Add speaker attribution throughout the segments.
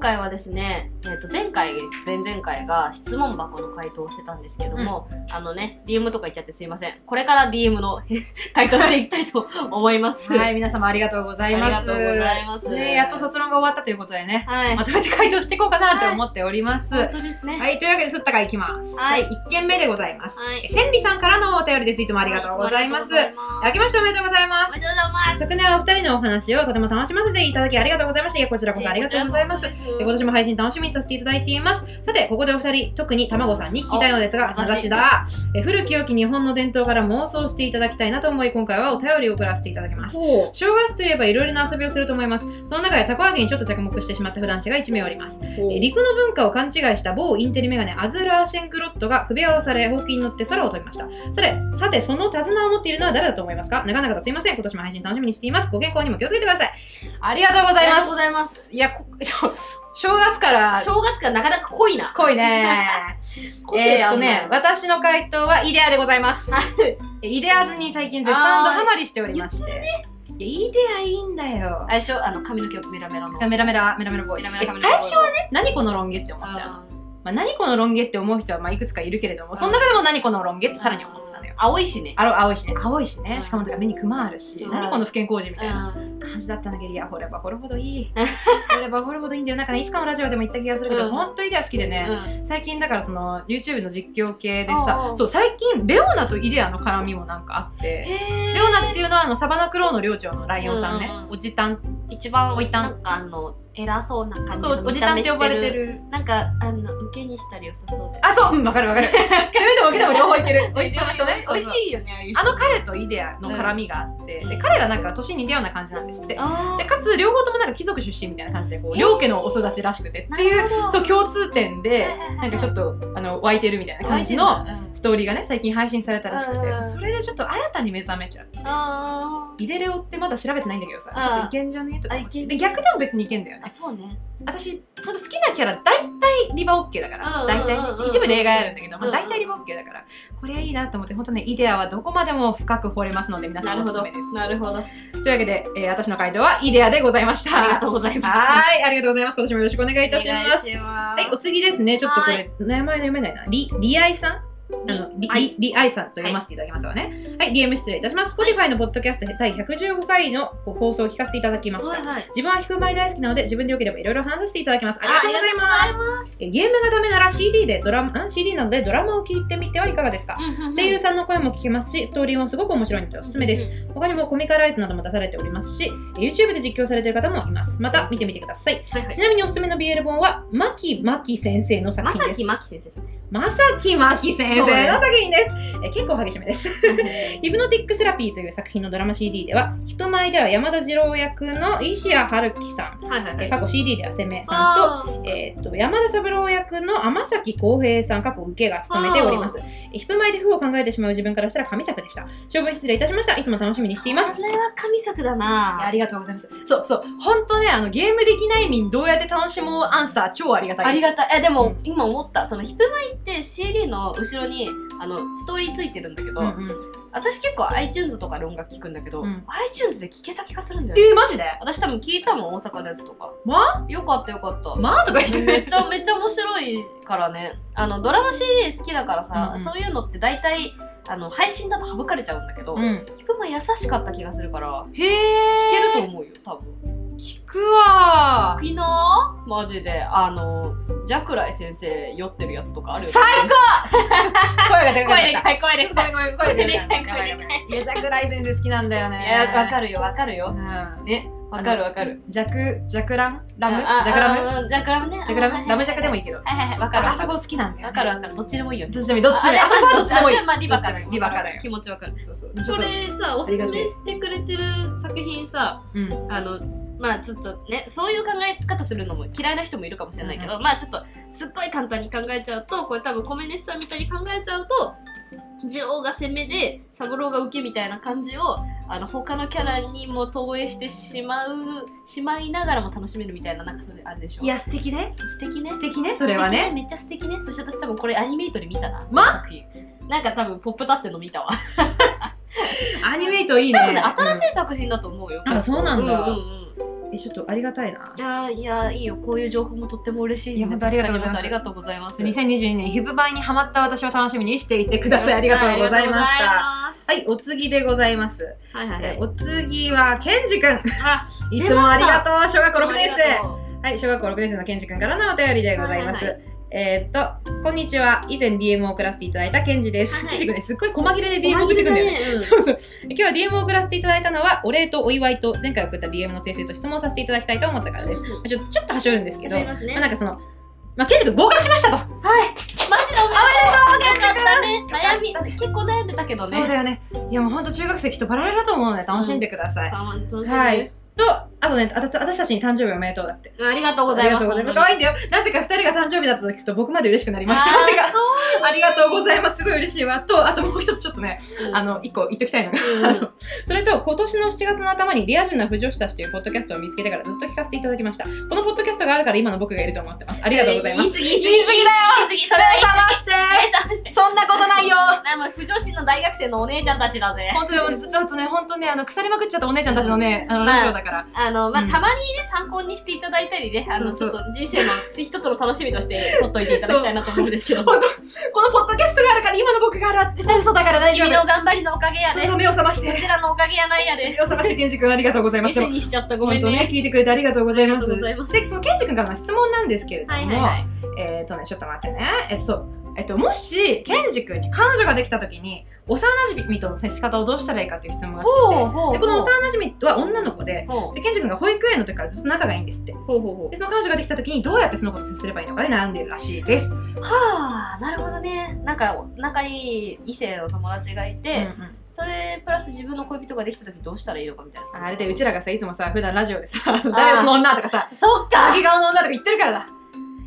Speaker 1: 回はですね、えー、と前回前々回が質問箱の回答をしてたんですけども、あのね DM とか言っちゃってすいませんこれから DM の 回答していきたい と思います
Speaker 2: はい、皆様ありがとうございます。
Speaker 1: ありがとうございます
Speaker 2: ね、やっと卒論が終わったということでね、
Speaker 1: はい、
Speaker 2: まとめて回答していこうかなと思っております。
Speaker 1: 本
Speaker 2: は
Speaker 1: 当ですね、
Speaker 2: い、というわけで、すったからいきます。
Speaker 1: はい
Speaker 2: 1件目でございます。
Speaker 1: はい
Speaker 2: 千里さんからのお便りです。いつもありがとうございます。
Speaker 1: ありがとう
Speaker 2: 明けましておめでとうございま
Speaker 1: ござ
Speaker 2: す
Speaker 1: いますおめ。でとうございます
Speaker 2: 昨年はお二人のお話をとても楽しませていただきありがとうございましたいや。こちらこそありがとうございます。
Speaker 1: えーこちらこそ
Speaker 2: 今年も配信楽しみにさせていただいています。さて、ここでお二人、特に卵さんに聞きたいのですが、
Speaker 1: お
Speaker 2: 名指しだ。え古き良き日本の伝統から妄想していただきたいなと思い、今回はお便りを送らせていただきます。
Speaker 1: ほ
Speaker 2: 正月といえばいろいろな遊びをすると思います。その中でたこ揚げにちょっと着目してしまった普段子が1名おります。
Speaker 1: う
Speaker 2: え陸の文化を勘違いした某インテリメガネアズーラ・アシェンクロットが首輪をされ、ほうきに乗って空を飛びました。それ、さて、その手綱を持っているのは誰だと思いますか長々とすいません。今年も配信楽しみにしています。ご健康にも気をつけてください。ありがとうござ
Speaker 1: あり
Speaker 2: います。。
Speaker 1: がとうございます
Speaker 2: いや、こ正月から
Speaker 1: 正月がなかなか濃いな
Speaker 2: 濃いね。
Speaker 1: 個性
Speaker 2: えーっ
Speaker 1: あ
Speaker 2: と
Speaker 1: んな
Speaker 2: ね、私の回答はイデアでございます。えイデアズに最近絶賛とハマりしておりまして。いやイデアいいんだよ
Speaker 1: あ。れでしょあの髪の毛メラメラの
Speaker 2: メラメラ、メラメラボー
Speaker 1: メ
Speaker 2: イ。
Speaker 1: ラメラ髪の
Speaker 2: え
Speaker 1: 毛
Speaker 2: 最初はね、何このロン毛って思ったの。
Speaker 1: あ
Speaker 2: まあ、何このロン毛って思う人はまあいくつかいるけれども、その中でも何このロン毛って
Speaker 1: ー
Speaker 2: さらに思ったのよ。
Speaker 1: 青いしね
Speaker 2: あの青いしね、青いし
Speaker 1: う
Speaker 2: ね、
Speaker 1: ん
Speaker 2: しかもなんか目にクマあるし、
Speaker 1: うん
Speaker 2: 何この不健康児みたいな
Speaker 1: うん
Speaker 2: 感じだったんだけど、いや、掘れば掘るほどい い。掘れば掘るほどいいんだよ。なんかね、いつかのラジオでも言った気がするけ
Speaker 1: う
Speaker 2: ど、
Speaker 1: ん
Speaker 2: ほんとイデア好きでね、
Speaker 1: うん
Speaker 2: 最近だからその YouTube の実況系で
Speaker 1: おうお
Speaker 2: さ
Speaker 1: う
Speaker 2: そう最近レオナとイデアの絡みもなんかあって
Speaker 1: レ
Speaker 2: レオナっていうのはあのサバナクローの領長のライオンさんね
Speaker 1: うんうんうん
Speaker 2: おじたん
Speaker 1: 一番
Speaker 2: おいたん
Speaker 1: なんかあの偉そうな感じ
Speaker 2: そうおじたんって呼ばれてる
Speaker 1: なんかあの受けにしたり良さそうで
Speaker 2: あそううんわかるわ かる攻めても受けても両方いける美味しそうな人ね
Speaker 1: 美味
Speaker 2: い
Speaker 1: しいよねああいう人
Speaker 2: あの彼とイデアの絡みがあって
Speaker 1: うん
Speaker 2: で彼らなんか年似たような感じなんですって
Speaker 1: あ
Speaker 2: でかつ両方ともなんか貴族出身みたいな感じでこ
Speaker 1: へ
Speaker 2: う
Speaker 1: ー
Speaker 2: 両家のお育ちらしくてっていうそう共通点でなんかちょ
Speaker 1: っ
Speaker 2: っとあの湧いてるみたいな
Speaker 1: と
Speaker 2: 感じのストーリーがね最近配信されたらし
Speaker 1: う
Speaker 2: く
Speaker 1: んうん
Speaker 2: てそれでちょっと新たに目覚めちゃう
Speaker 1: あ
Speaker 2: イデレオってまだ調べてないんだけどさ
Speaker 1: うん
Speaker 2: ちょっといけんじゃねえとか思っ
Speaker 1: あいけ
Speaker 2: て
Speaker 1: ん
Speaker 2: で逆でも別にいけんだよ
Speaker 1: ーあ
Speaker 2: ね
Speaker 1: そうね
Speaker 2: 私ほんと好きなキャラ大体リバオッケーだか
Speaker 1: う
Speaker 2: ら
Speaker 1: んうんう
Speaker 2: 大
Speaker 1: ん
Speaker 2: 体ね一部例外あるんだけど、ま
Speaker 1: う
Speaker 2: あ、
Speaker 1: んうん
Speaker 2: 大体リバオッケーだからこれはいいなと思って本当ねイデアはどこまでも深く掘れますので皆さんおすすめです
Speaker 1: なるほど
Speaker 2: というわけで、えー私の回答はイデアでございました
Speaker 1: ありがとうございました
Speaker 2: はいありがとうございます今年もよろしくお願いいたします
Speaker 1: は
Speaker 2: はい、お次ですね。ちょっとこ
Speaker 1: は
Speaker 2: れ、名前読めないな。り、りあいさんあの、り、り、りあいさんと読ませていただきますわね。はい、DM 失礼いたします。Spotify のポッドキャスト第115回の放送を聞かせていただきました。
Speaker 1: はい
Speaker 2: 自分は引く前大好きなので、自分でよければいろいろ話させていただきます。ありがとうござい
Speaker 1: あ
Speaker 2: ま
Speaker 1: り
Speaker 2: す。
Speaker 1: がとう
Speaker 2: えゲームがダメなら CD でドラマ、ん CD なのでドラマを聞いてみてはいかがですか、
Speaker 1: ございますうんうんうん
Speaker 2: 声優さんの声も聞けますし、ストーリーもすごく面白いのでおすすめです。他にもコミカライズなども出されておりますし、YouTube で実況されている方もいます。また見てみてください。
Speaker 1: はいはい
Speaker 2: ちなみにおすすめの BL 本は、牧牧先生の作
Speaker 1: ま
Speaker 2: 品
Speaker 1: さ
Speaker 2: です
Speaker 1: き。まき先生じゃない
Speaker 2: まさきまき先生の作品です。え結構激しめです。 ヒプノティックセラピーという作品のドラマ CD では、ヒプマイでは山田二郎役の石谷春樹さん、
Speaker 1: はいはいは
Speaker 2: え
Speaker 1: い
Speaker 2: 過去 CD ではせめさんと、
Speaker 1: あー
Speaker 2: えー、と山田三郎役の天崎浩平さん過去受けが務めておりますえヒプマイで負を考えてしまう自分からしたら神作でした長文失礼いたしましたいつも楽しみにしています
Speaker 1: それは神作だない
Speaker 2: やありがとうございますそうそう本当ねあのゲームできない民どうやって楽しもうアンサー超ありがたいです
Speaker 1: ありがたい。え、でも、
Speaker 2: うん
Speaker 1: 今思った、そのヒップマイって CD の後ろに、あの、ストーリーついてるんだけど、
Speaker 2: うんうん
Speaker 1: 私結構 iTunes とかで音楽聴くんだけど、
Speaker 2: うん
Speaker 1: iTunes で聴けた気がするんだよ、ね。
Speaker 2: えー、マジで
Speaker 1: 私多分聞いたもん、大阪のやつとか。
Speaker 2: ま
Speaker 1: よかったよかった。
Speaker 2: まあとか言って
Speaker 1: めっちゃめ っちゃ面白いからね。あの、ドラマ CD 好きだからさ、
Speaker 2: うんうん
Speaker 1: そういうのって大体、あの、配信だと省かれちゃうんだけど、
Speaker 2: うん、
Speaker 1: ヒップマイ優しかった気がするから、聴
Speaker 2: へえ
Speaker 1: けると思うよ、多分。
Speaker 2: 聞くわ
Speaker 1: いいなぁマジであのジャクライ先生酔ってるやつとかあるよ
Speaker 2: 最 声がでか
Speaker 1: 声
Speaker 2: い
Speaker 1: でかい声でかい
Speaker 2: ごめんごめ
Speaker 1: 声
Speaker 2: ん声
Speaker 1: で
Speaker 2: で
Speaker 1: かい
Speaker 2: かい
Speaker 1: 声でかい
Speaker 2: いやジャックライ先生好きなんだよね
Speaker 1: いやわか
Speaker 2: る、
Speaker 1: るよわかるよ
Speaker 2: うん
Speaker 1: ねわかるわかる
Speaker 2: ジャク、ジャクランラムジ
Speaker 1: ああ
Speaker 2: ャクラム
Speaker 1: ああジャクラムね
Speaker 2: ジャクラムラムジャクでも
Speaker 1: いい
Speaker 2: いいけど。
Speaker 1: はいはいはいわかる
Speaker 2: あそこ好きなんだよ
Speaker 1: わ
Speaker 2: ね。
Speaker 1: かるわかるどっちでもいいよ
Speaker 2: どっちでもいい。どっちでもいい。あそこはどっちでもいい。
Speaker 1: あまあリバから
Speaker 2: リバから
Speaker 1: 気持ちわかる
Speaker 2: そうそう。ちょ
Speaker 1: そ
Speaker 2: っと
Speaker 1: れ、さおすす
Speaker 2: ありがた
Speaker 1: め
Speaker 2: い
Speaker 1: してくれてる作品さ
Speaker 2: うん。
Speaker 1: あのまあちょっとねそういう考え方するのも嫌いな人もいるかもしれないけど、まあちょっとすっごい簡単に考えちゃうとこれ多分コメネスさんみたいに考えちゃうと二郎が攻めで三郎が受けみたいな感じをあの他のキャラにも投影してしまうしまいながらも楽しめるみたいななんかそれあれでしょ
Speaker 2: いや、素敵ね。
Speaker 1: 素敵ね
Speaker 2: 素敵ね、それはね。
Speaker 1: めっちゃ素敵ねそして私多分これアニメイトで見たな
Speaker 2: ま
Speaker 1: 作品なんか多分ポップ立ってんの見たわ
Speaker 2: アニメイトいいね。
Speaker 1: 多分ね新
Speaker 2: い。
Speaker 1: しい作品だと思うよ、
Speaker 2: あそうなんだ
Speaker 1: うんうんうん
Speaker 2: えちょっとありがたいな。
Speaker 1: いやいやいいよこういう情報もとっても嬉しい
Speaker 2: いや本当ありがとうございます
Speaker 1: ありがとうございます
Speaker 2: 2022年ヒブバイにハマった私を楽しみにしていてください。ありがとうございました。はい、お次でございます。
Speaker 1: はいはいは
Speaker 2: え
Speaker 1: い
Speaker 2: お次は、ケンジくん。
Speaker 1: あ
Speaker 2: いつもありがとう、小学校6
Speaker 1: あ
Speaker 2: 年
Speaker 1: りが
Speaker 2: 生。
Speaker 1: とう
Speaker 2: はい、小学校6年生のケンジくんからのお便りでございます。
Speaker 1: はい
Speaker 2: えーっと、こんにちは。以前 DM を送らせていただいたケンジです。
Speaker 1: はい
Speaker 2: ケンジくんね、すっごい細切れで DM 送ってくんだよね。
Speaker 1: ね
Speaker 2: そうそう今日は DM を送らせていただいたのはお礼とお祝いと前回送った DM の訂正と質問をさせていただきたいと思ったからです、まあ、ちょっとちょっと端折るんですけど、ま
Speaker 1: ますね
Speaker 2: あ、なんかその、まあ、ケンジ君合格しましたと
Speaker 1: はいマジでおめでとうよかったね悩み結構悩んでたけどね
Speaker 2: そうだよねいやもうほんと中学生きっとバラエだと思うので楽しんでください、
Speaker 1: あ楽しみね
Speaker 2: はいとあとねあた私たちに誕生日おめでとうだって
Speaker 1: ありがとうございます
Speaker 2: ありがとうございます可愛いんだよなぜか2人が誕生日だったと聞くと僕まで嬉しくなりました
Speaker 1: あー
Speaker 2: てか ありがとうございますすごい嬉しいわとあともう一つちょっと ねあの1個言っときたいのが
Speaker 1: うん
Speaker 2: あのそれと今年の7月の頭にリア充な不女子たちというポッドキャストを見つけてからずっと聞かせていただきましたこのポッドキャストがあるから今の僕がいると思ってますありがとうございます
Speaker 1: 言い過ぎ
Speaker 2: 言い過ぎだよ
Speaker 1: 言い過ぎそ
Speaker 2: 目
Speaker 1: れは
Speaker 2: 覚まして
Speaker 1: 目覚まして
Speaker 2: そんなことない よ
Speaker 1: なもう不女子の大学生のお姉ちゃんたちだぜ
Speaker 2: 本当にもうずっとね本当ねあの腐りまくっちゃったお姉ちゃんたちのねあの
Speaker 1: まあ
Speaker 2: ラジオだから、
Speaker 1: あのまあ、
Speaker 2: うん
Speaker 1: たまにね参考にしていただいたりねあの
Speaker 2: そう
Speaker 1: ち
Speaker 2: そ
Speaker 1: ょっと人 生の一つの楽しみとして取っといていただきたいなと思うんですけど
Speaker 2: 本当このポッドキャストがあるから今の僕があるは絶対嘘だから大丈
Speaker 1: 君
Speaker 2: 夫
Speaker 1: の頑張りのおかげや
Speaker 2: そ
Speaker 1: で、
Speaker 2: うそう
Speaker 1: こ
Speaker 2: 目を覚まして
Speaker 1: ちらのおかげやないや
Speaker 2: 目を
Speaker 1: で
Speaker 2: 覚ましてケンジ君ありがとうございますで
Speaker 1: 店
Speaker 2: も
Speaker 1: にしちゃったごめ
Speaker 2: 本
Speaker 1: ん
Speaker 2: 当ね
Speaker 1: ね
Speaker 2: 聞いてくれてありがとうございま
Speaker 1: あ
Speaker 2: す
Speaker 1: りがとうございます
Speaker 2: でそのケンジ君からの質問なんですけれども、
Speaker 1: はいはいはい
Speaker 2: えっ、とね、ちょっと待ってね。えっと、そう。えっと、もし、ケンジ君に彼女ができたときに、幼馴染との接し方をどうしたらいいかっていう質問が来て
Speaker 1: ほうほう
Speaker 2: て、でこの幼馴染は女の子で、
Speaker 1: ほう
Speaker 2: で、ケンジ君が保育園の時からずっと仲がいいんですって。
Speaker 1: ほうほうほ
Speaker 2: で、その彼女ができたときに、どうやってその子と接すればいいのかで悩んでるらしいです。
Speaker 1: うはあなるほどねなんか仲いい異性の友達がいて、
Speaker 2: うんうん
Speaker 1: それプラス自分の恋人ができた時どうしたらいいのかみたいな
Speaker 2: あれで、うちらがさ、いつもさ、普段ラジオでさ、誰がその女とかさ、
Speaker 1: そっかい
Speaker 2: 鍵顔の女とか言ってるからだ。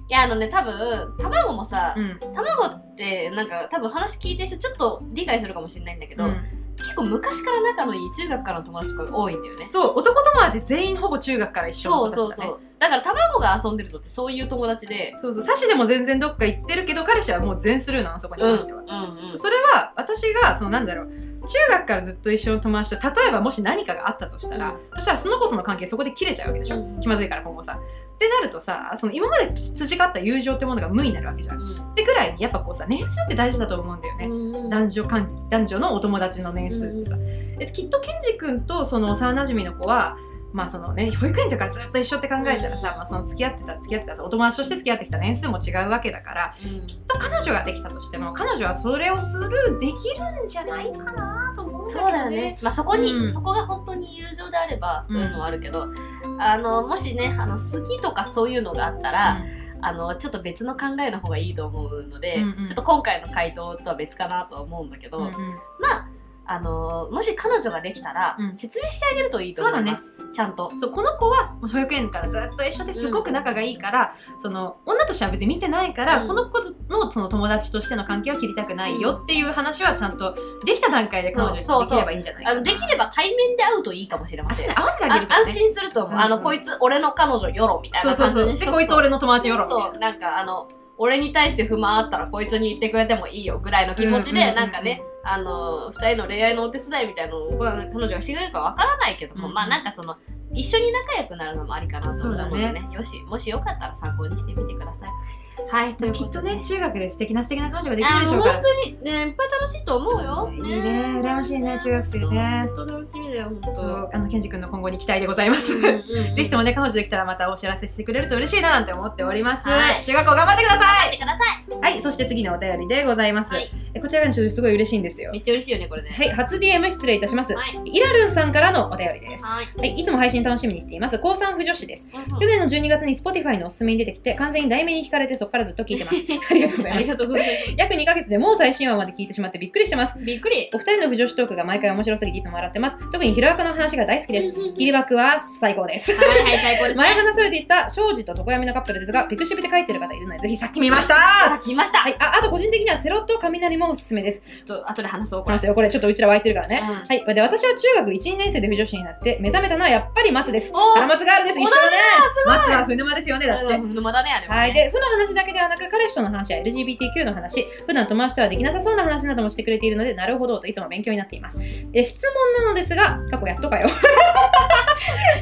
Speaker 1: やあのね多分卵もさ、
Speaker 2: うん。
Speaker 1: 卵ってなんか多分話聞いてる人ちょっと理解するかもしれないんだけど、
Speaker 2: うん
Speaker 1: 結構昔から仲のいい中学からの友達とか多いんだよね
Speaker 2: そう、男友達全員ほぼ中学から一緒の
Speaker 1: そ
Speaker 2: 子
Speaker 1: う
Speaker 2: たち
Speaker 1: そう
Speaker 2: だね。
Speaker 1: そうだから卵が遊んでるのってそういう友達で
Speaker 2: そうそう、サシでも全然どっか行ってるけど、彼氏はもう全スルーなの、そこに
Speaker 1: うんうん
Speaker 2: 関しては。
Speaker 1: うん
Speaker 2: それは私がそのなんだろう中学からずっと一緒の友達と例えばもし何かがあったとしたら、
Speaker 1: うん
Speaker 2: そしたらその子との関係そこで切れちゃうわけでしょ、
Speaker 1: うん
Speaker 2: 気まずいから今後さ。ってなるとさその今まで培った友情ってものが無になるわけじゃん。っ
Speaker 1: う
Speaker 2: てぐらいにやっぱこうさ年数って大事だと思うんだよね。
Speaker 1: んうん
Speaker 2: 男女関男女のお友達の年数ってさ、えきっとケンジ君とその幼馴染の子はまあそのね保育園とからずっと一緒って考えたらさ、
Speaker 1: うん
Speaker 2: まあ、その付き合ってた付き合ってたさお友達として付き合ってきた年数も違うわけだから
Speaker 1: うん
Speaker 2: きっと彼女ができたとしても彼女はそれをスルーできるんじゃないかなと思うんだけ
Speaker 1: そ
Speaker 2: ど、ね、
Speaker 1: うだよね、まあ、そこに、
Speaker 2: うん
Speaker 1: そこが本当に友情であれば
Speaker 2: うん
Speaker 1: そういうのはあるけど、あのもしねあの好きとかそういうのがあったら、あのちょっと別の考えの方がいいと思うので、
Speaker 2: うんうん
Speaker 1: ちょっと今回の回答とは別かなとは思うんだけど、
Speaker 2: うんうん
Speaker 1: あのもし彼女ができたら、
Speaker 2: うん
Speaker 1: 説明してあげるといいと思います、ちゃんと。
Speaker 2: そうこの子は保育園からずっと一緒ですごく仲がいいから、その女としては別に見てないから、
Speaker 1: うん
Speaker 2: この子のその友達としての関係は切りたくないよっていう話はちゃんとできた段階で彼女に
Speaker 1: そう
Speaker 2: できればいいんじゃない
Speaker 1: あ
Speaker 2: か
Speaker 1: の
Speaker 2: な
Speaker 1: できれば対面で会うといいかもしれま
Speaker 2: あ
Speaker 1: せ
Speaker 2: そ
Speaker 1: ん
Speaker 2: う。ね合わせてあげると
Speaker 1: あ
Speaker 2: か
Speaker 1: 安
Speaker 2: ね
Speaker 1: 心すると思う、
Speaker 2: うんうん
Speaker 1: あのこいつ俺の彼女よろみたい
Speaker 2: そう
Speaker 1: な
Speaker 2: そう
Speaker 1: 感じ
Speaker 2: そう
Speaker 1: にしとくと
Speaker 2: でこいつ俺の友達よろみたいな
Speaker 1: そうなんかあの俺に対して不満あったらこいつに言ってくれてもいいよぐらいの気持ち
Speaker 2: うんうんうんう
Speaker 1: で
Speaker 2: ん
Speaker 1: なんかねあの二人の恋愛のお手伝いみたいなのをこう彼女がしてくれるかわからないけども、
Speaker 2: うん
Speaker 1: まあなんかその一緒に仲良くなるのもありかなと思うのでねよしもしよかったら参考にしてみてください。はいと
Speaker 2: で
Speaker 1: い
Speaker 2: も
Speaker 1: うこ
Speaker 2: きっ
Speaker 1: と
Speaker 2: と
Speaker 1: で、
Speaker 2: ね中学で素敵な素敵な彼女ができる
Speaker 1: あ
Speaker 2: でしょ
Speaker 1: ー
Speaker 2: うから
Speaker 1: 本当にねいっぱい楽しいと思うよ。
Speaker 2: いいね羨ましいね中学生ね
Speaker 1: 本当楽しみだよ本当。
Speaker 2: そうあのケンジ君の今後に期待でございます、
Speaker 1: うんうんうん
Speaker 2: ぜひともね、彼女できたらまたお知らせしてくれると嬉しいななんて思っております。
Speaker 1: はい
Speaker 2: 中学校頑張ってくださ
Speaker 1: 頑張ってくださ
Speaker 2: いはい、そして次のお便りでございます。
Speaker 1: はい
Speaker 2: えこちらがちょっとすごい嬉しいんですよ
Speaker 1: い。め。っちゃ嬉しいよねこれね。
Speaker 2: はい、初 DM 失礼いたします。
Speaker 1: はい
Speaker 2: イラルンさんからのお便りです。は
Speaker 1: はい。
Speaker 2: い、いつも配信楽しみにしています。高3不女子です。
Speaker 1: うんうん
Speaker 2: 去年の12月に Spotify のおすすめに出てきて、完全に題名に惹かれてそこからずっと聞いてます。ありがとうござい
Speaker 1: あ
Speaker 2: ま
Speaker 1: り
Speaker 2: す。
Speaker 1: がとうございま
Speaker 2: 約2ヶ月でもう最新話まで聞いてしまってびっくりしてます。
Speaker 1: す。びっくり。
Speaker 2: お二人の不女子トークが毎回面白すぎていつも笑ってます。特にヒロアカの話が大好きです。
Speaker 1: うんうんうん
Speaker 2: 切りバクは最高です。
Speaker 1: はいはい最高です。
Speaker 2: 前話されていた庄司と常闇のカップルですがピクシブで書いてる方いるのでぜひさっき見ました
Speaker 1: さ
Speaker 2: は
Speaker 1: あ来ました。
Speaker 2: い、ああと個人的にはセロと雷ももおすすめです。
Speaker 1: ちょっと後で話そうこれ
Speaker 2: 話すよ、これちょっとうちら湧いてるからね。
Speaker 1: うん
Speaker 2: はい。で、私は中学1、2年生で不女子になって、目覚めたのはやっぱり松です。
Speaker 1: おー
Speaker 2: 原松ガールです。一緒だね。松は不沼ですよね、だっ
Speaker 1: だって
Speaker 2: て。
Speaker 1: 沼だねあれはね
Speaker 2: はい。で、負の話だけではなく、彼氏との話や LGBTQ の話、普段友達とはできなさそうな話などもしてくれているので、なるほどといつも勉強になっています。で、質問なのですが、過去やっと かよ。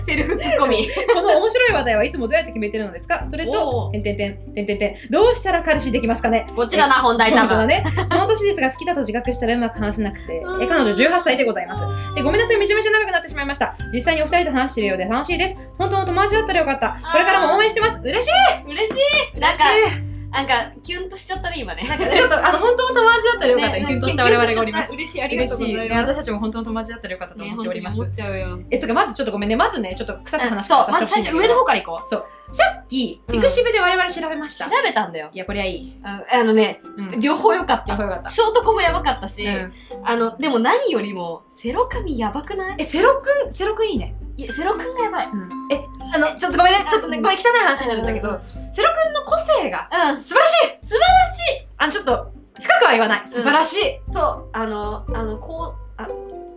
Speaker 1: セルフツッコミ
Speaker 2: この面白い話題はいつもどうやって決めてるのですかそれ
Speaker 1: お
Speaker 2: と、
Speaker 1: ー
Speaker 2: てんてんてん、てんてんてん、どうしたら彼氏できますかね
Speaker 1: こっちだな本題多
Speaker 2: 本当だ
Speaker 1: 分
Speaker 2: ね。この年ですが好きだと自覚したらうまく話せなくて、
Speaker 1: うん
Speaker 2: え彼女18歳でございます。で、ごめんなさい、めちゃめちゃ長くなってしまいました。実際にお二人と話しているようで楽しいです。本当の友達だったらよかった。これからも応援してます。嬉しい
Speaker 1: 嬉しいなんか
Speaker 2: 嬉し
Speaker 1: なんかキュンとしちゃったね今ね
Speaker 2: いちょっと、あの、本当の友達だったらよかった。
Speaker 1: ね
Speaker 2: キュンとした我々がおります。
Speaker 1: 嬉しいありが
Speaker 2: 嬉
Speaker 1: とう
Speaker 2: し
Speaker 1: ご
Speaker 2: い。
Speaker 1: ざい
Speaker 2: ね
Speaker 1: ます
Speaker 2: 私たちも本当の友達だったらよかったと
Speaker 1: ね
Speaker 2: 思っております。
Speaker 1: 本当に思っちゃうよ
Speaker 2: え、つうか、まずちょっとごめんね。まずね、ちょっと腐った話
Speaker 1: そ
Speaker 2: から
Speaker 1: うまず
Speaker 2: さ
Speaker 1: 最
Speaker 2: せてほ
Speaker 1: 初
Speaker 2: しいんだ
Speaker 1: 上
Speaker 2: け
Speaker 1: の
Speaker 2: ど
Speaker 1: 方から行こう
Speaker 2: さっき、ピクシブで我々調べました。
Speaker 1: 調
Speaker 2: い
Speaker 1: べたんだよ
Speaker 2: や、こりゃいい。
Speaker 1: あのあのね
Speaker 2: うん。
Speaker 1: 両方良かっ
Speaker 2: や
Speaker 1: た
Speaker 2: ばよかった。
Speaker 1: ショートコもやばかったし、
Speaker 2: うん
Speaker 1: あのでも何よりもセロ髪やばくない
Speaker 2: え、セロくん、セロくんいいね。
Speaker 1: いやセロ君がやばい
Speaker 2: えあのちょっとごめんね
Speaker 1: あ
Speaker 2: ちょっとね
Speaker 1: うん
Speaker 2: ごめん汚い話になるんだけど、
Speaker 1: うん
Speaker 2: セロ君の個性が
Speaker 1: うん
Speaker 2: 素晴らしい
Speaker 1: 素晴らしい
Speaker 2: あのちょっと深くは言わない素晴らしい、
Speaker 1: そうあのあのこうあ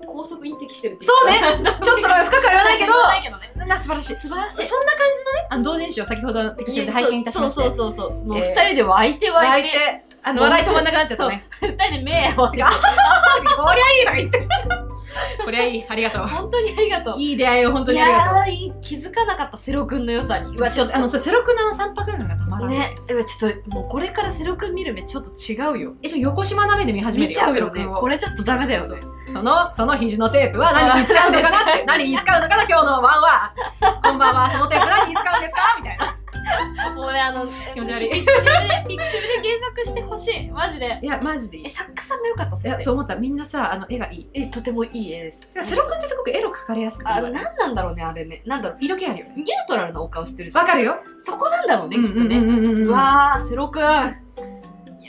Speaker 1: 高速に適してるってい
Speaker 2: そうね
Speaker 1: ね
Speaker 2: ちょっとごめん深くは言わないけど
Speaker 1: 言わ ないけどね
Speaker 2: な素晴らしい
Speaker 1: 素晴らしい
Speaker 2: そんな感じのねあの同人誌を先ほどのテキストで拝見いたしまして
Speaker 1: そうそうそうそうもう
Speaker 2: え
Speaker 1: 二
Speaker 2: ー
Speaker 1: 人で湧いて湧
Speaker 2: 泣
Speaker 1: い
Speaker 2: い
Speaker 1: て
Speaker 2: てあの笑い止まんなくなっちゃったね
Speaker 1: 二人で目 合わせて
Speaker 2: こりゃいいとか言ってこりゃいいありがとう
Speaker 1: 本当にありがとう
Speaker 2: いい出会いを本当
Speaker 1: い
Speaker 2: にありがとう
Speaker 1: やーいい気づかなかったセロ君の良さにうわちょっと
Speaker 2: あのさセロ君のあの三白眼がたまらない、
Speaker 1: ねうわちょっともうこれからセロ君見る目ちょっと違うよ
Speaker 2: えちょ横島な目で見始める
Speaker 1: 見
Speaker 2: よ
Speaker 1: ちゃう
Speaker 2: セ
Speaker 1: よ
Speaker 2: ロ
Speaker 1: ね
Speaker 2: 君を
Speaker 1: これちょっとダメだよね
Speaker 2: その、その肘のテープは何に使うのかなって、何に使うのかな、今日のワン は。こんばんは、そのテープ何に使うんですかみたいな。
Speaker 1: もうねあの
Speaker 2: 気持ち悪い
Speaker 1: ピクシブでピクシブで検索してほしいマジで
Speaker 2: いや、マジでいい。
Speaker 1: え
Speaker 2: い
Speaker 1: 作家さんが良かったそし
Speaker 2: や、
Speaker 1: て
Speaker 2: そう思った。みんなさ、あの、絵がいい。
Speaker 1: えとてもいい絵です
Speaker 2: てかセロ君ってすごくエロ描かれやすくて、
Speaker 1: あ何なんだろうねあれねなんだろう
Speaker 2: 色気あるよね。
Speaker 1: ニュートラルなお顔してるじゃん
Speaker 2: わかるよ。
Speaker 1: そこなんだろうねきっとね、
Speaker 2: うんうんうんうんうん
Speaker 1: うわーセロくん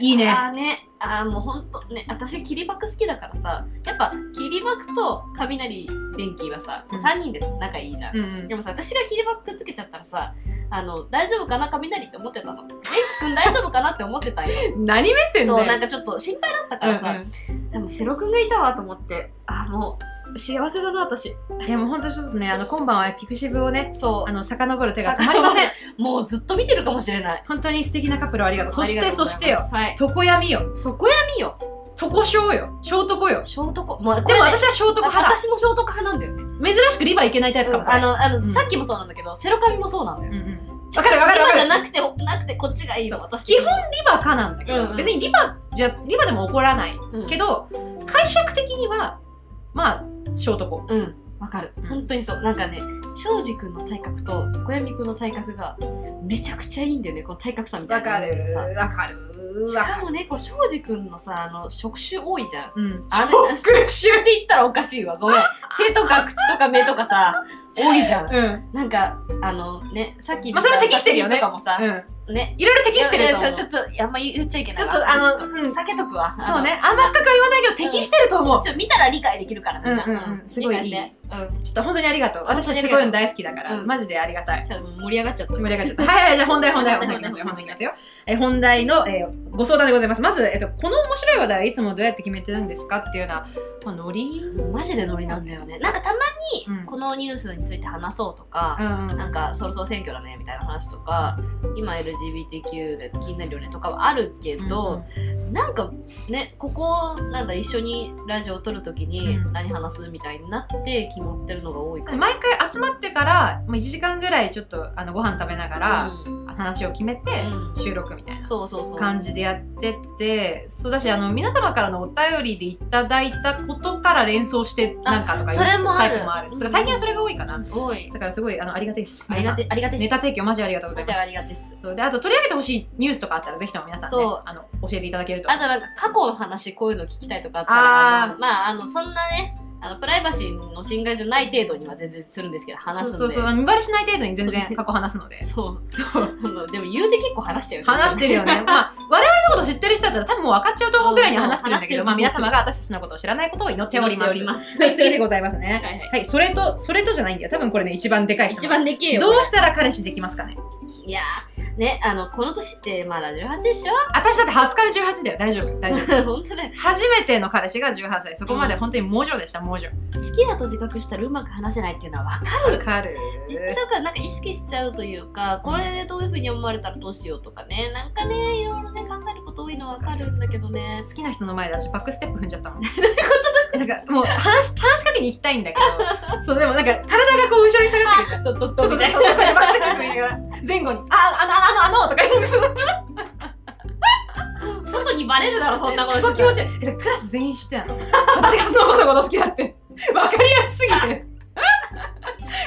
Speaker 2: いいね
Speaker 1: あーねあーもうほんとね私キリバク好きだからさやっぱキリバクと雷電気はさ、
Speaker 2: うん
Speaker 1: 3人で仲いいじゃん、
Speaker 2: うんうん
Speaker 1: でもさ私がキリバクつけちゃったらさあの大丈夫かな雷って思ってたの電気くん大丈夫かなって思ってたん よ
Speaker 2: 何目線だよ。
Speaker 1: そうなんかちょっと心配だったからさ、
Speaker 2: うん
Speaker 1: でもセロくんがいたわと思ってあーもう幸せだな私
Speaker 2: うんいやもう本当ちょっとねあの今晩はピクシブをね
Speaker 1: そ
Speaker 2: あ
Speaker 1: う
Speaker 2: の遡る手が止まりません
Speaker 1: もうずっと見てるかもしれない
Speaker 2: 本当に素敵なカップルをありがとうそし
Speaker 1: あ
Speaker 2: て
Speaker 1: りがとう
Speaker 2: そ
Speaker 1: ございます
Speaker 2: してよ
Speaker 1: はい
Speaker 2: 床闇よ
Speaker 1: 床闇よ
Speaker 2: 床小よ小床よ
Speaker 1: ショートコもうこ
Speaker 2: で
Speaker 1: れ
Speaker 2: も
Speaker 1: ね
Speaker 2: 私は小
Speaker 1: あ
Speaker 2: 床派だ
Speaker 1: 私もショートコ派なんだよね
Speaker 2: 珍しくリバいけないタイプかも、
Speaker 1: あのあの、
Speaker 2: うん
Speaker 1: さっきもそうなんだけどセロ髪もそうなんだよ、
Speaker 2: うんうんわかるわかるわ
Speaker 1: 今
Speaker 2: か
Speaker 1: じ
Speaker 2: る
Speaker 1: ゃなくてなくてこっちがいいの私
Speaker 2: 基本リバかなんだけど、
Speaker 1: うんうん
Speaker 2: 別にリバじゃリバでも怒らない、
Speaker 1: うん
Speaker 2: けど解釈的にはまあショートコ
Speaker 1: うんわかる本当にそうなんかね庄司君の体格と小闇君の体格がめちゃくちゃいいんだよねこの体格差みたいなのがさ
Speaker 2: わかる
Speaker 1: しかもねこう庄司君のさあの触手多いじゃん
Speaker 2: うん
Speaker 1: あれ
Speaker 2: 触
Speaker 1: 手って言ったらおかしいわご めん手とか口とか目とかさ多いじゃん
Speaker 2: うん、
Speaker 1: なんかあのねさっき
Speaker 2: まあそれは適してるよね
Speaker 1: とかもさ、
Speaker 2: うん、
Speaker 1: ね
Speaker 2: いろいろ適してる
Speaker 1: い
Speaker 2: と思
Speaker 1: や
Speaker 2: う
Speaker 1: ちょちょっとあんま言っちゃいけないわ
Speaker 2: ちょっとあの
Speaker 1: ちょっと
Speaker 2: うん
Speaker 1: 避けとくわ
Speaker 2: そうねあんま深くは言わないけど適してる
Speaker 1: あ
Speaker 2: と
Speaker 1: の
Speaker 2: 思う、
Speaker 1: ちょっと見たら理解できるからみんな
Speaker 2: うんうんうんすごいいい
Speaker 1: 理解してうん
Speaker 2: ちょっと本当にありがとう私はすごいの大好きだから、
Speaker 1: うん
Speaker 2: マジでありがたい
Speaker 1: ちょっと盛り上がっちゃった
Speaker 2: 盛り上がっちゃった。はいはい、じゃあ本題、本題、
Speaker 1: 本
Speaker 2: 本
Speaker 1: 題
Speaker 2: 題いきますよ、本題いきますよ。えー本題の、えーご相談でございます。まず、えっと、この面白い話題はいつもどうやって決めてるんですかっていうのは、まあ、ノリうん
Speaker 1: マジでノリなんだよねなんかたま
Speaker 2: うん
Speaker 1: にこのニュースについて話そうとか、
Speaker 2: うん。
Speaker 1: なんかそろそろ選挙だねみたいな話とか今 LGBTQ で気になるよねとかはあるけど、なんかねここなんだ一緒にラジオを撮るときに
Speaker 2: うん
Speaker 1: 何話すみたいになって決まってるのが多いから、
Speaker 2: 毎回集まってから、まあ、1時間ぐらいちょっとあのご飯食べながら、
Speaker 1: うん
Speaker 2: 話を決めて、
Speaker 1: うん
Speaker 2: 収録みたいな
Speaker 1: そうそうそう
Speaker 2: 感じでやってってそうだしあの皆様からのお便りでいただいたことから連想してなんかとかいう
Speaker 1: それもあ
Speaker 2: タ
Speaker 1: る
Speaker 2: イプもある
Speaker 1: うん
Speaker 2: だから最近はそれが多いかな、
Speaker 1: 多い
Speaker 2: だからすごいあのありがたいです
Speaker 1: ありがてありがて
Speaker 2: 皆さんネタ提供マジありがとうござい
Speaker 1: じ
Speaker 2: ま
Speaker 1: ゃ
Speaker 2: す
Speaker 1: あありがてっす。
Speaker 2: そうであと取り上げてほしいニュースとかあったらぜひとも皆さんね
Speaker 1: そう
Speaker 2: あの教えていただけると
Speaker 1: あとなんか過去の話こういうの聞きたいとかあった
Speaker 2: あー
Speaker 1: らあのまああのそんなねあのプライバシーの侵害じゃない程度には全然するんですけど話すんで
Speaker 2: そうそうそうあの見バレしない程度に全然
Speaker 1: そう
Speaker 2: 過去話すので
Speaker 1: そう
Speaker 2: そう
Speaker 1: あのでも言うて結構話したよね
Speaker 2: 話してる よ ねまあ我々のこと知ってる人だったら多分もう分かっちゃうと思うぐらいには話してるんだけど、
Speaker 1: うんそう
Speaker 2: まあ、皆
Speaker 1: 話してる
Speaker 2: 様が私たちのことを知らないことを祈っており
Speaker 1: 祈っ
Speaker 2: ます
Speaker 1: ております
Speaker 2: はい次でございますね
Speaker 1: はいはい
Speaker 2: はいそれとそれとじゃないんだよ多分これね一番でかい質問
Speaker 1: 一番でけえよ
Speaker 2: どうしたら彼氏できますかね
Speaker 1: いやーね、あの、この年ってまだ18でしょ
Speaker 2: 私だって初から18だよ大丈夫 大丈夫
Speaker 1: 本当だよ。
Speaker 2: 初めての彼氏が18歳そこまで本当に猛女でした猛女
Speaker 1: 好きだと自覚したらうまく話せないっていうのはわかる
Speaker 2: わ。かる
Speaker 1: めっちゃわかるなんか意識しちゃうというかこれでどういうふうに思われたらどうしようとかねなんかねいろいろね考えること多いのはわかるんだけどね
Speaker 2: 好きな人の前で私バックステップ踏んじゃ ったもんえなんかもう話し話しかけに行きたいんだけどそうでもなんか体がこう後ろに下がってくる
Speaker 1: とっとっ
Speaker 2: そうそうそうそうこうやってバックステップ踏みながら前後に「あああのあのあの」とか言って
Speaker 1: 外にバレるだろそんなこと
Speaker 2: クソ気持ち悪いえだからクラス全員知ってたの私がその子のこと好きだって分かりやすすぎて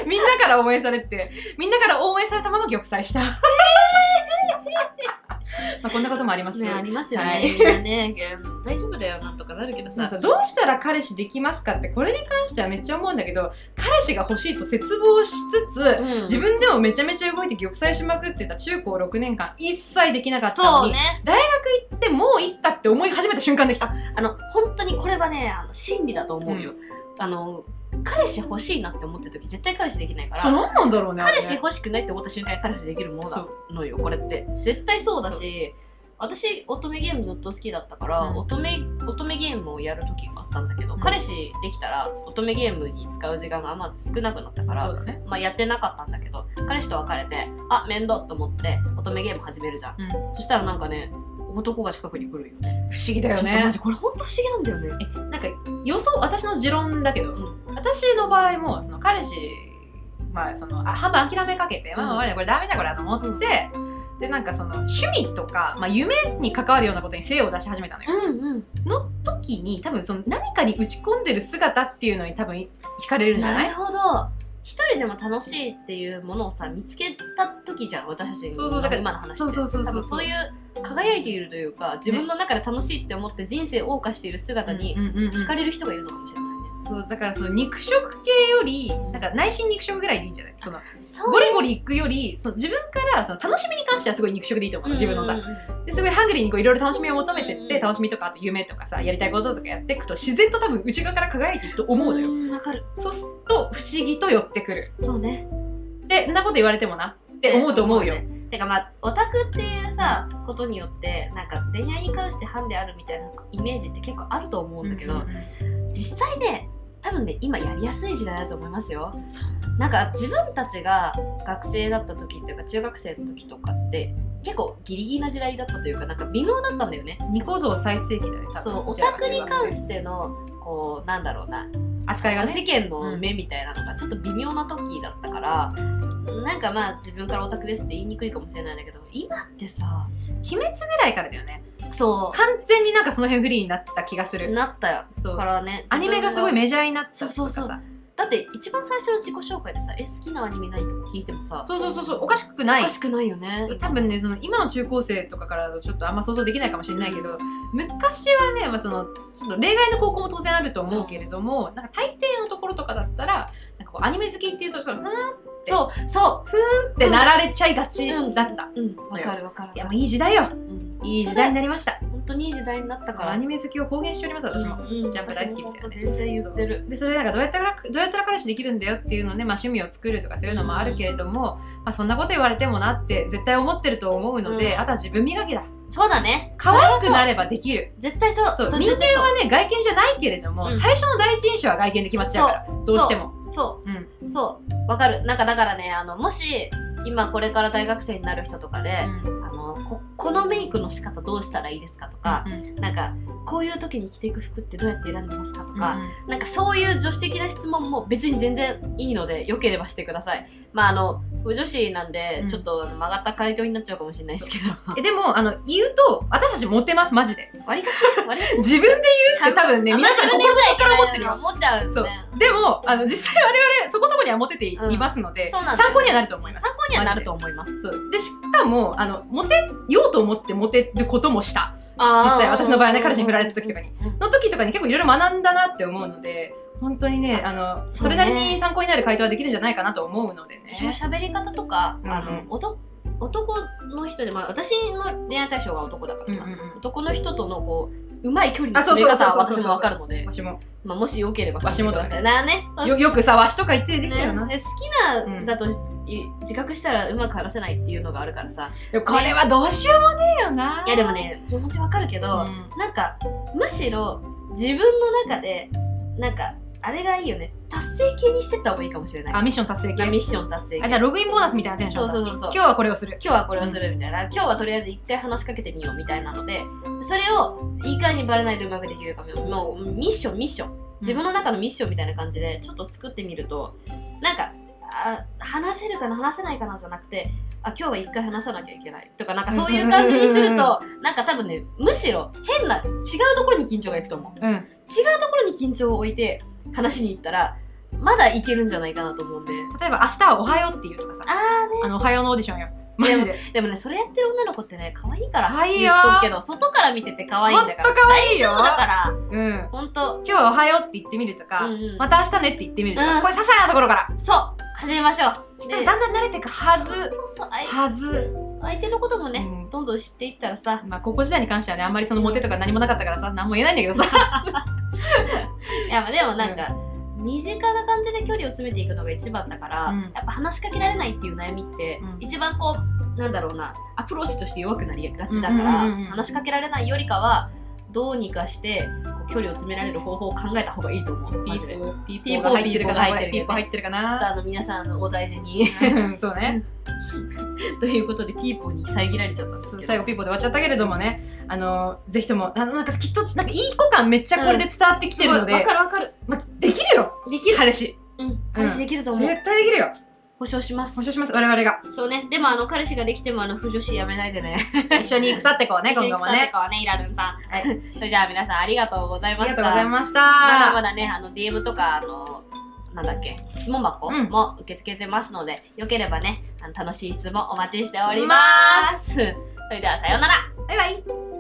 Speaker 2: みんなから応援されてみんなから応援されたまま玉砕したまあこんなこともあります、
Speaker 1: ねありますよね、
Speaker 2: はい
Speaker 1: みんなねうん大丈夫だよなんとかなるけど
Speaker 2: さ
Speaker 1: さ
Speaker 2: あどうしたら彼氏できますかってこれに関してはめっちゃ思うんだけど彼氏が欲しいと絶望しつつ、
Speaker 1: うん
Speaker 2: 自分でもめちゃめちゃ動いて玉砕しまくってた中高6年間一切できなかったの
Speaker 1: そう
Speaker 2: に、
Speaker 1: ね
Speaker 2: でもういっかって思い始めた瞬間できた
Speaker 1: あの本当にこれはねあの真理だと思うよ、あの彼氏欲しいなって思ってる時絶対彼氏できないか
Speaker 2: そう
Speaker 1: ら
Speaker 2: 何なんだろうねあれね
Speaker 1: 彼氏欲しくないって思った瞬間に彼氏できるもの
Speaker 2: そ
Speaker 1: だ
Speaker 2: う
Speaker 1: のよこれって絶対そうだし私乙女ゲームずっと好きだったから、
Speaker 2: うん
Speaker 1: 乙女乙女ゲームをやる時があったんだけど、
Speaker 2: うん
Speaker 1: 彼氏できたら乙女ゲームに使う時間があんま少なくなったから、
Speaker 2: そうだね
Speaker 1: まあ、やってなかったんだけど彼氏と別れてあ面倒と思って乙女ゲーム始めるじゃん、
Speaker 2: うん
Speaker 1: そしたらなんかね男が近くに来るよね
Speaker 2: 不思議だよ
Speaker 1: ちょっと
Speaker 2: ね
Speaker 1: マジこれほんと不思議なんだよね
Speaker 2: えなんか予想私の持論だけど、私の場合もその彼氏まあそのあ半分諦めかけて、まあまあまあこれダメじゃこれと思って、でなんかその趣味とか、まあ、夢に関わるようなことに精を出し始めたのよ、
Speaker 1: うんうん
Speaker 2: の時に多分その何かに打ち込んでる姿っていうのに多分惹かれるんじゃない
Speaker 1: なるほど一人でも楽しいっていうものをさ見つけた時じゃん私たちの
Speaker 2: そうそうだから
Speaker 1: 今の話って
Speaker 2: そうそうそうそう
Speaker 1: 多分そういう輝いているというか自分の中で楽しいって思って人生を謳歌している姿に
Speaker 2: うんうんうん
Speaker 1: 惹かれる人がいるのかもしれないです、
Speaker 2: そうだからその肉食系よりなんか内心肉食ぐらいでいいんじゃないその
Speaker 1: そう
Speaker 2: ゴリゴリ行くよりその自分からその楽しみに関してはすごい肉食でいいと思うの自分のさ、
Speaker 1: うんうんうん
Speaker 2: ですごいハングリーにこういろいろ楽しみを求めてっ
Speaker 1: うん
Speaker 2: て、楽しみとかあと夢とかさやりたいこととかやっていくと自然と多分内側から輝いていくと思うのよ、
Speaker 1: うんわかる
Speaker 2: そうすると不思議と寄ってくる
Speaker 1: そうね
Speaker 2: でんなこと言われてもなって思うと思うよ、
Speaker 1: ねてかまあオタクっていうさことによってなんか恋愛に関してハンであるみたいなイメージって結構あると思うんだけど、実際ね多分ね今やりやすい時代だと思いますよなんか自分たちが学生だった時っていうか中学生の時とかって結構ギリギリな時代だったというかなんか微妙だったんだよね
Speaker 2: ニコ像最盛期だね多分
Speaker 1: そうオ
Speaker 2: うち
Speaker 1: タ
Speaker 2: らが
Speaker 1: クに関
Speaker 2: 中学生
Speaker 1: してのこうなんだろうな
Speaker 2: 扱いが
Speaker 1: 世
Speaker 2: ね
Speaker 1: 間の目みたいなのがちょっと微妙な時だったから、なんかまあ自分からオタクですって言いにくいかもしれないんだけど今ってさ
Speaker 2: 鬼滅ぐらいからだよね
Speaker 1: そ
Speaker 2: 完全になんかその辺フリーになった気がす
Speaker 1: う
Speaker 2: る
Speaker 1: なったよ
Speaker 2: そ
Speaker 1: だ
Speaker 2: う
Speaker 1: からね
Speaker 2: アニメがすごい
Speaker 1: 自分は
Speaker 2: メジャーになったとかさ
Speaker 1: そうそうそうだって一番最初の自己紹介でさ「え好きなアニメ何?」とか聞いてもさ
Speaker 2: そうそうそうそうおかしくない
Speaker 1: おかしくないよね
Speaker 2: 多分ねその今の中高生とかからだとちょっとあんま想像できないかもしれないけど、昔はね、まあ、そのちょっと例外の高校も当然あると思うけれども、なんか大抵のところとかだったらなんかこうアニメ好きっていうとちょっとふーんっ
Speaker 1: そうそ
Speaker 2: てなられちゃいがちだった、
Speaker 1: ううんわかるわかる
Speaker 2: いやもういい時代よ
Speaker 1: うん
Speaker 2: いい時代になりました
Speaker 1: 本当にいい時代になった
Speaker 2: だ
Speaker 1: か
Speaker 2: かららアニメ好きを公言しております私も。
Speaker 1: うん
Speaker 2: ジャンプ大好きみたい
Speaker 1: 私も
Speaker 2: なね
Speaker 1: 本当全然言ってる
Speaker 2: そうでそれなんかどうやったらどうやったら彼氏できるんだよっていうので、まあ、趣味を作るとかそういうのもあるけれども、まあ、そんなこと言われてもなって絶対思ってると思うので、
Speaker 1: うん
Speaker 2: あとは自分磨きだ
Speaker 1: そうだね
Speaker 2: 可愛くなればできる
Speaker 1: 絶対そう
Speaker 2: そう
Speaker 1: それ
Speaker 2: 人
Speaker 1: 絶対
Speaker 2: 間はね外見じゃないけれども、
Speaker 1: うん
Speaker 2: 最初の第一印象は外見で決まっちゃうからどうしても
Speaker 1: そう
Speaker 2: うん
Speaker 1: そうそうわかるなんかだからねあのもし今これから大学生になる人とかで、あのここのメイクの仕方どうしたらいいですかとか、
Speaker 2: うん
Speaker 1: なんかこういう時に着ていく服ってどうやって選んでますかと
Speaker 2: ま
Speaker 1: か、なんかそういう女子的な質問も別に全然いいので良ければしてくださいまああの女子なんで
Speaker 2: うん
Speaker 1: ちょっと曲がった回答になっちゃうかもしれないですけど
Speaker 2: あえでもあの言うと私たちモテますマジで
Speaker 1: 割と割と
Speaker 2: 自分で 言うって多分ね
Speaker 1: あんま
Speaker 2: 皆さん心の底から思ってるよ
Speaker 1: 思っちゃうよ
Speaker 2: そう
Speaker 1: ね
Speaker 2: でもあの実際我々そこそこにはモテてい
Speaker 1: うん
Speaker 2: ますので、
Speaker 1: そうなんだよ
Speaker 2: 参考にはなると思います
Speaker 1: 参考にはなると思います
Speaker 2: そうでしかもあのモテようと思ってモテることもした
Speaker 1: 実
Speaker 2: 実際私の場合ね彼氏に振られた時とかに
Speaker 1: うん
Speaker 2: の時とかに結構いろいろ学んだなって思うので本当にねあのそ
Speaker 1: そうね
Speaker 2: れなりに参考になる回答はできるんじゃないかなと思うのでね
Speaker 1: 私も喋り方とか、
Speaker 2: うん
Speaker 1: あの男男の人で、まあ、私の恋愛対象は男だからさ、
Speaker 2: うんうんうん
Speaker 1: 男の人とのこううまい距離の
Speaker 2: あそう
Speaker 1: 詰
Speaker 2: そう
Speaker 1: め方は
Speaker 2: そう
Speaker 1: 私
Speaker 2: そうそう
Speaker 1: もわかるので
Speaker 2: わ、しも
Speaker 1: まあ、もしよければ
Speaker 2: わしもだね
Speaker 1: なあね
Speaker 2: よよくさわしとか言ってできたよな、
Speaker 1: ねで好きなだとい自覚したらうまく話せないっていうのがあるからさ
Speaker 2: でもこれはどうしようもねえよない
Speaker 1: やでもね気持ちわかるけど、
Speaker 2: うん
Speaker 1: なんかむしろ自分の中でなんかあれがいいよね達成系にしてった方がいいかもしれない
Speaker 2: あミッション達成系
Speaker 1: ミッション達成
Speaker 2: あ
Speaker 1: 系
Speaker 2: じゃあログインボーナスみたいなテンションだ
Speaker 1: そうそうそうそう
Speaker 2: 今日はこれをする
Speaker 1: 今日はこれをするみたいな、今日はとりあえず一回話しかけてみようみたいなのでそれをいかにバレないとうまくできるかももうミッションミッション自分の中のミッションみたいな感じでちょっと作ってみるとなんかあ話せるかな話せないかなじゃなくてあ今日は一回話さなきゃいけないとかなんかそういう感じにするとなんか多分ねむしろ変な違うところに緊張がいくと思う
Speaker 2: うん、うん、
Speaker 1: 違うところに緊張を置いて話しに行ったらまだいけるんじゃないかなと思うんで
Speaker 2: 例えば明日はおはようっていうとかさ
Speaker 1: ああ
Speaker 2: あのおはようのオーディションよマジで
Speaker 1: でもね、それやってる女の子ってね、可愛いから
Speaker 2: 可愛い
Speaker 1: 言
Speaker 2: よ
Speaker 1: っとくけど、外から見てて可愛い
Speaker 2: ほ
Speaker 1: ん
Speaker 2: んと
Speaker 1: だから。
Speaker 2: 可愛いよ
Speaker 1: そうだから、
Speaker 2: うん
Speaker 1: ほんと、
Speaker 2: 今日はおはようって言ってみるとか、
Speaker 1: うんうん
Speaker 2: また明日ねって言ってみるとか、
Speaker 1: うん
Speaker 2: これ些細なところから
Speaker 1: そう、始めましょう。
Speaker 2: したら
Speaker 1: ね
Speaker 2: だんだん慣れていくはず、
Speaker 1: そうそうそう、あい
Speaker 2: はず、
Speaker 1: 相手のこともね、
Speaker 2: うん
Speaker 1: どんどん知っていったらさ、
Speaker 2: まあ、高校時代に関してはねあんまりそのモテとか何もなかったからさ何も言えないんだけどさ
Speaker 1: いや、まあでもなんか、身近な感じで距離を詰めていくのが一番だから、
Speaker 2: うん
Speaker 1: やっぱ話しかけられないっていう悩みって、
Speaker 2: うん
Speaker 1: 一番こうなんだろうなアプローチとして弱くなりがちだから、
Speaker 2: うんうんうんうん
Speaker 1: 話しかけられないよりかはどうにかしてこう距離を詰められる方法を考えた方がいいと思う
Speaker 2: ピ
Speaker 1: マジでち
Speaker 2: ーポ
Speaker 1: ょ
Speaker 2: ーピ
Speaker 1: ピー
Speaker 2: ー
Speaker 1: ポ
Speaker 2: ポ
Speaker 1: ー
Speaker 2: ー入ってるかな
Speaker 1: ピーポー入ってるよね
Speaker 2: ピーポー入ってるか
Speaker 1: っと
Speaker 2: な
Speaker 1: あの皆さんお大事に
Speaker 2: うんそう ね
Speaker 1: ということでピーポーに遮られちゃったんですけど
Speaker 2: 最後ピーポーで終わっちゃったけれどもねあのぜひともあのなんかきっとなんかいい子感めっちゃこれで伝わってきてるので、
Speaker 1: すごいわかるわかる
Speaker 2: まあ、できるよ
Speaker 1: できる
Speaker 2: 彼氏
Speaker 1: うん彼氏できると思う、
Speaker 2: 絶対できるよ
Speaker 1: 保証します
Speaker 2: 保証します我々が
Speaker 1: そうねでもあの彼氏ができてもあの不女子やめないでね
Speaker 2: 一緒に腐ってこうね今後もね
Speaker 1: か ね、イラルンさん。 それじゃあ皆さんありがとうござい
Speaker 2: あ
Speaker 1: ま
Speaker 2: り
Speaker 1: した。
Speaker 2: がとうございました
Speaker 1: まだまだね、あの DM とか、あの、なんだっけ、質問箱
Speaker 2: うん
Speaker 1: も受け付けてますので、よければね、あの楽しい質問お待ちしております。それではさようなら。
Speaker 2: バイバイ